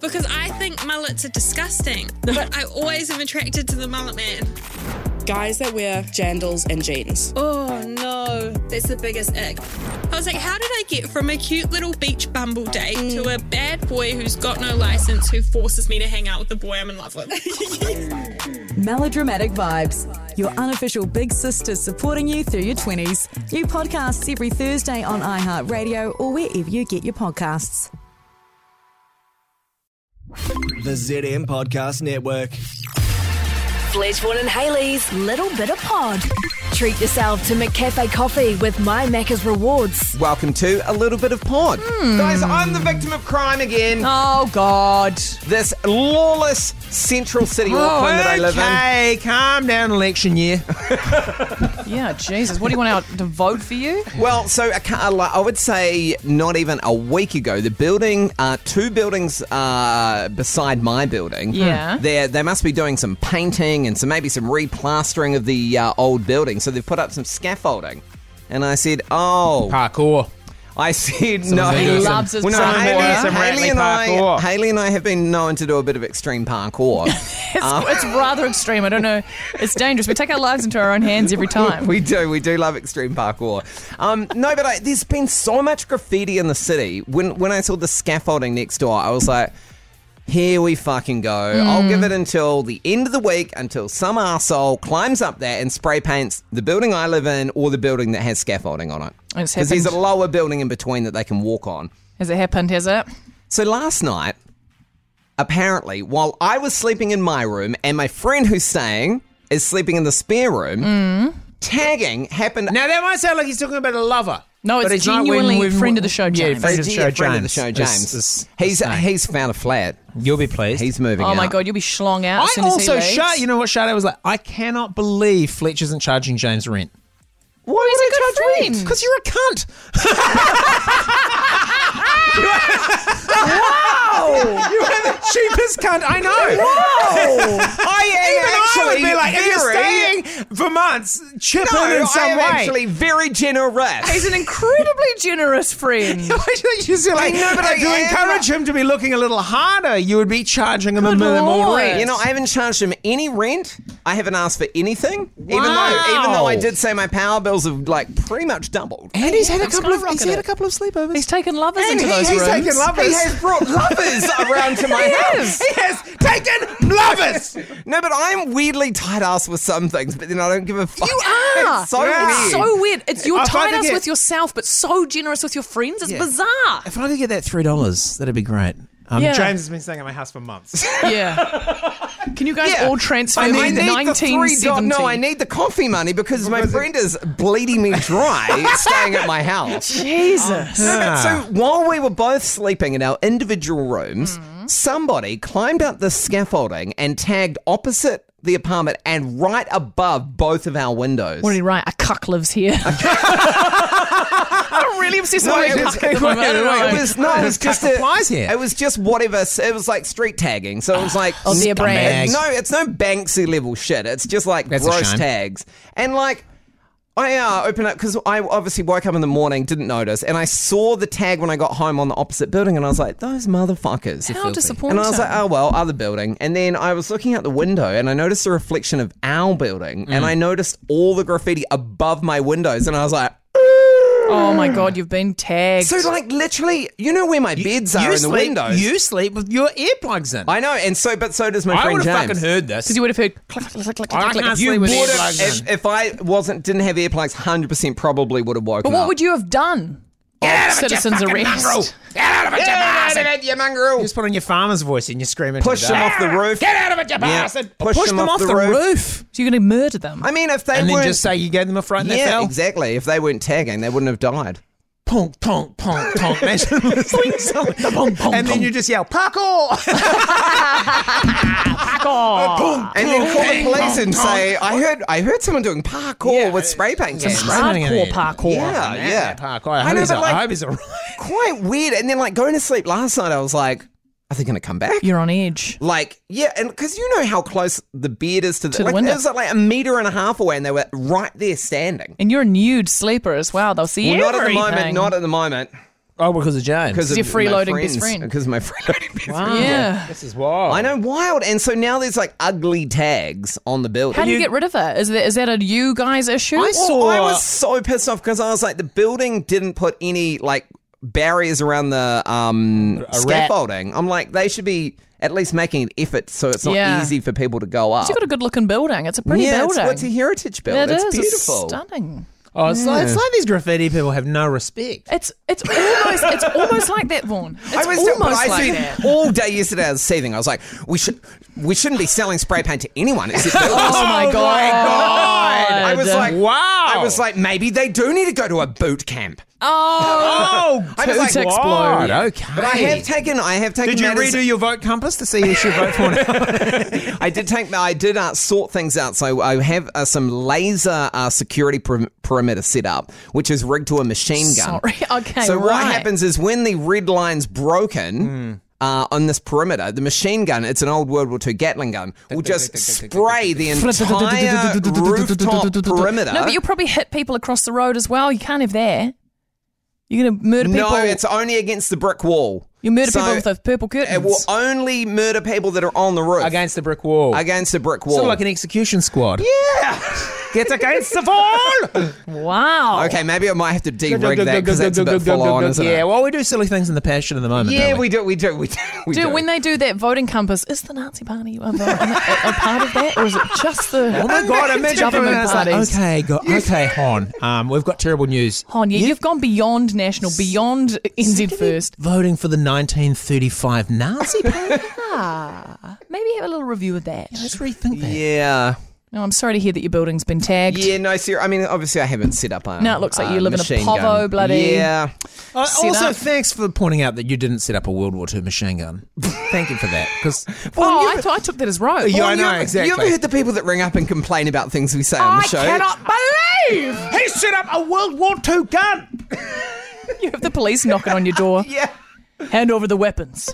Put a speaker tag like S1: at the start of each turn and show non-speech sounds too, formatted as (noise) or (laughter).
S1: because I think mullets are disgusting, but I always am attracted to the mullet man.
S2: Guys that wear jandals and jeans.
S1: Oh no, that's the biggest ick. I was like, how did I get from a cute little beach bumble date to a bad boy who's got no license who forces me to hang out with the boy I'm in love with? (laughs)
S3: Melodramatic Vibes, your unofficial big sister supporting you through your 20s. New podcasts every Thursday on iHeartRadio or wherever you get your podcasts.
S4: The ZM Podcast Network.
S5: Fledgeborn and Haley's Little Bit of Pod. Treat yourself to McCafe coffee with My Macca's Rewards.
S6: Welcome to a little bit of pod.
S7: Hmm.
S6: Guys, I'm the victim of crime again.
S3: Oh, God.
S6: This lawless central city Auckland that I live in.
S7: Oh, okay, calm down, election year.
S3: Yeah, Jesus. What do you want out to vote for you?
S6: Well, so a, cou- like, I would say not even a week ago, the building, uh, two buildings uh, beside my building. Hmm.
S3: Yeah.
S6: They they must be doing some painting and some maybe some replastering of the uh, old building. So they've put up some scaffolding. And I said, oh,
S7: Parkour.
S6: I said no.
S7: He
S3: He loves his
S6: Well, no,
S7: Some
S3: son.
S6: Hayley,
S7: more, some
S6: Hayley
S7: Ratley
S6: and I,
S7: parkour.
S6: Hayley and I have been known to do a bit of extreme
S7: (laughs)
S6: parkour.
S3: It's rather extreme. I don't know. It's dangerous. We take our lives into our own hands every time.
S6: we do, we do love extreme parkour. Um, no, but I, there's been so much graffiti in the city. When when I saw the scaffolding next door, I was like, here we fucking go. I'll
S3: Hmm.
S6: give it until the end of the week until some arsehole climbs up there and spray paints the building I live in or the building that has scaffolding on it.
S3: It's
S6: Because there's a
S3: happened.
S6: lower building in between that they can walk on.
S3: Has it happened? Has it?
S6: So last night, apparently, while I was sleeping in my room and my friend who's staying is sleeping in the spare room, tagging happened.
S7: Now that might sound like he's talking about a lover.
S3: No, it's
S7: But not
S3: genuinely
S7: when- when-
S3: friend of the show, James.
S7: Yeah, friend, of, the
S6: Yeah,
S7: show,
S6: friend
S7: James.
S6: of the show,
S7: It's-
S6: James.
S7: it's-
S6: he's
S7: it's-
S6: he's found a flat.
S7: you'll be pleased.
S6: He's moving.
S3: Oh, my
S6: out.
S3: God. You'll be schlong out
S7: I
S3: as soon as he
S7: also
S3: leaves.
S7: shut. You know what? Shada was like, I cannot believe Fletch isn't charging James rent.
S6: Why
S3: he's
S6: would
S3: a
S6: I
S3: good
S6: charge
S3: friend.
S6: rent?
S7: Because you're a cunt. (laughs) wow! You are the cheapest cunt I know. Oh,
S6: I
S7: Even
S6: am
S7: I would
S6: actually
S7: be like, if you're
S6: very.
S7: staying for months, chip
S6: No,
S7: in in some
S6: I am
S7: way. (laughs)
S6: actually very generous.
S3: He's an incredibly generous friend.
S7: you see, like,
S6: I know, but I
S7: to
S6: am-
S7: encourage him to be looking a little harder, you would be charging him a
S3: Good
S7: little more
S3: lord.
S7: rent.
S6: You know, I haven't charged him any rent. I haven't asked for anything. Even though, even though I
S7: Wow.
S6: did say my power bills have like pretty much doubled.
S7: and he's had a
S3: It's
S7: couple of
S3: skyrocketed.
S7: he's had a couple of sleepovers.
S3: He's taken lovers
S6: And
S3: into
S6: he-
S3: those
S6: he's
S3: rooms.
S7: taken lovers.
S6: He has brought lovers around to my house.
S7: He has taken
S6: (laughs)
S7: lovers.
S6: No, but I'm weirdly tight ass with some things, but then I don't give a fuck.
S3: You are.
S6: It's so
S7: Yeah.
S6: weird.
S3: It's so weird. It's you're
S7: If I could
S3: tight-ass
S7: get-
S3: with yourself, but so generous with your friends. It's
S7: Yeah.
S3: bizarre.
S7: If I could get that three dollars, that'd be great. Um,
S3: Yeah.
S7: James has been staying at my house for (laughs) months.
S3: Yeah. Can you guys
S6: Yeah.
S3: all transfer me
S6: I need the three
S3: 1970?
S6: dol- No, I need the coffee money because, my friend is bleeding me dry staying at my house.
S3: Jesus.
S6: No, but So while we were both sleeping in our individual rooms, somebody climbed up the scaffolding and tagged opposite the apartment and right above both of our windows.
S3: What did he write? A cuck lives
S6: (laughs)
S3: here. I'm really obsessed
S6: No,
S3: with
S6: it
S3: the word
S6: was,
S3: cuck. at the moment. I don't know.
S6: it was no, it was just
S7: Cuck
S6: a-
S7: applies here.
S6: It was just whatever. It was like street tagging, so it was like
S3: Oh, their brand.
S6: It- No, it's no Banksy level shit. It's just like
S7: That's a
S6: gross
S7: shame.
S6: tags and like. I uh, opened up because I obviously woke up in the morning, didn't notice, and I saw the tag when I got home on the opposite building, and I was like, "Those motherfuckers!"
S3: How
S6: And I was like,
S3: disappointing.
S6: oh, well, other building. And then I was looking out the window and I noticed the reflection of our building and I noticed all the graffiti above my windows and I was like,
S3: Oh my god, you've been tagged.
S6: "Ah." so like literally, you know where my beds are in the
S7: sleep,
S6: windows.
S7: You sleep with your earplugs in.
S6: I know, and so but so does my
S7: I
S6: friend
S7: would have
S6: James.
S7: fucking heard this.
S3: you would have heard click, click, click, click,
S7: I
S3: click, click.
S7: can't sleep with
S6: Would have-
S7: earplugs in.
S6: if, if I wasn't didn't have earplugs, hundred percent probably would have woken
S3: But what would you have done? Citizens arrest.
S6: Get out of it, you mongrel!
S7: You just put on your farmer's voice and you scream into
S6: Push
S7: the
S6: them
S7: dark.
S6: off the roof.
S7: Get out of it, you bastard! Push, them, off, the, roof.
S3: So you're going to murder them.
S6: I mean, if they
S7: and then
S6: weren't,
S7: just say you gave them a fright and they
S6: yeah,
S7: fell.
S6: exactly. If they weren't tagging, they wouldn't have died.
S7: Pong, pong, pong, (laughs) pong. Imagine listening to something. and then you just
S6: (laughs)
S7: yell parkour. (laughs)
S6: and then call the police and say, "I heard, I heard someone doing parkour
S7: Yeah,
S6: with spray paint cans."
S7: spray- running in
S3: Hardcore
S7: it.
S3: parkour.
S6: Yeah, yeah.
S7: parkour.
S6: (laughs)
S7: I
S6: I
S7: hope
S6: know,
S7: he's
S6: but
S7: all-
S6: like-
S7: I hope (laughs) he's alright.
S6: Quite weird. And then, like going to sleep last night, I was like, "Are they going to come back?"
S3: You're on edge.
S6: like, yeah, and because you know how close the bed is to the,
S3: To the
S6: like,
S3: window.
S6: It was like, like a meter and a half away, and they were right there standing.
S3: And you're a nude sleeper as well. They'll see
S6: Well,
S3: everything.
S6: not at the moment. Not at the moment.
S7: Oh, because of Jane.
S6: because
S8: you're
S6: of my
S8: freeloading
S6: friends,
S8: best friend.
S6: Because of my freeloading best friend.
S8: Yeah.
S7: This is wild.
S6: I know, wild. And so now there's like ugly tags on the building.
S8: How do you get rid of it? Is that is that a you guys issue?
S7: I
S6: Well,
S7: saw.
S6: I was so pissed off because I was like, the building didn't put any like barriers around the um, scaffolding. I'm like, they should be at least making an effort so it's not
S8: Yeah.
S6: easy for people to go up.
S8: You've got a good looking building. It's a pretty
S6: yeah, it's,
S8: building.
S6: well, it's a heritage building.
S8: It
S6: it's
S8: is. It's
S6: beautiful.
S8: stunning.
S7: Oh, it's, like, it's like these graffiti people have no respect.
S8: It's it's almost it's almost like
S6: (laughs)
S8: that, Vaughn. It's
S6: I was
S8: almost
S6: but I
S8: like
S6: said
S8: that.
S6: all day yesterday. I was seething. I was like, we should, we shouldn't be selling spray paint to anyone.
S8: (laughs)
S6: Except builders.
S8: Oh my God.
S6: I was like,
S7: Wow.
S6: I was like, maybe they do need to go to a boot camp.
S8: Oh,
S7: oh,
S6: I was
S8: Two
S6: like,
S8: ticks
S6: what?
S8: blue.
S7: Okay.
S6: But I have taken, I have taken.
S7: Did you
S6: matters-
S7: redo your vote compass to see who should
S6: (laughs)
S7: vote for now?
S6: I did take. I did uh, sort things out. So I have uh, some laser uh, security per- perimeter set up, which is rigged to a machine
S3: (laughs)
S6: gun.
S8: Sorry. Okay,
S6: So what
S8: right.
S6: happens is when the red line's broken. Uh, on this perimeter, the machine gun, it's an old World War II Gatling gun, will just spray the entire rooftop perimeter.
S8: No, but you'll probably hit people across the road as well. You can't have that. You're gonna murder people.
S6: No, it's only against the brick wall.
S8: you murder
S6: So
S8: people with those purple
S6: It will
S8: curtains.
S6: only murder people that are on the roof.
S7: Against the brick wall.
S6: against the brick wall.
S7: Sort
S6: (laughs)
S7: of like an execution squad. Yeah. Get against the wall.
S6: (laughs)
S8: wow.
S6: okay, maybe I might have to de-rig that because that's a bit full on, isn't
S7: yeah,
S6: it?
S7: well, we do silly things in the passion at the moment.
S6: Yeah,
S7: don't
S6: we do. We do. We do. We
S8: Dude, when they do that voting compass, is the Nazi Party a, a, a
S6: (laughs)
S8: part of that, or is it just the
S7: Oh my god! Imagine
S8: government
S7: government like,
S8: parties?
S7: okay, go, okay, Hon. Um, we've got terrible news.
S8: Hon, yeah, you've gone beyond national, beyond NZ first.
S7: Voting for the 1935 Nazi Party.
S8: (laughs) Ah, maybe have a little review of that.
S7: Let's rethink that.
S6: yeah.
S8: No, I'm sorry to hear that your building's been tagged.
S6: Yeah, no, sir. I mean, obviously, I haven't set up a.
S8: Now it looks like you live in a
S6: machine
S8: povo,
S6: gun.
S8: bloody-
S6: Yeah.
S7: Uh,
S8: Set
S7: also,
S8: up.
S7: thanks for pointing out that you didn't set up a World War II machine gun. Thank you for that. Because
S8: Oh, I thought I took that as rogue.
S7: Yeah, I know,
S6: you ever-
S7: exactly.
S6: You ever heard the people that ring up and complain about things we say on the show?
S8: believe
S7: he set up a World War II gun.
S6: (laughs)
S8: you have the police knocking on your door.
S6: Yeah.
S8: Hand over the weapons.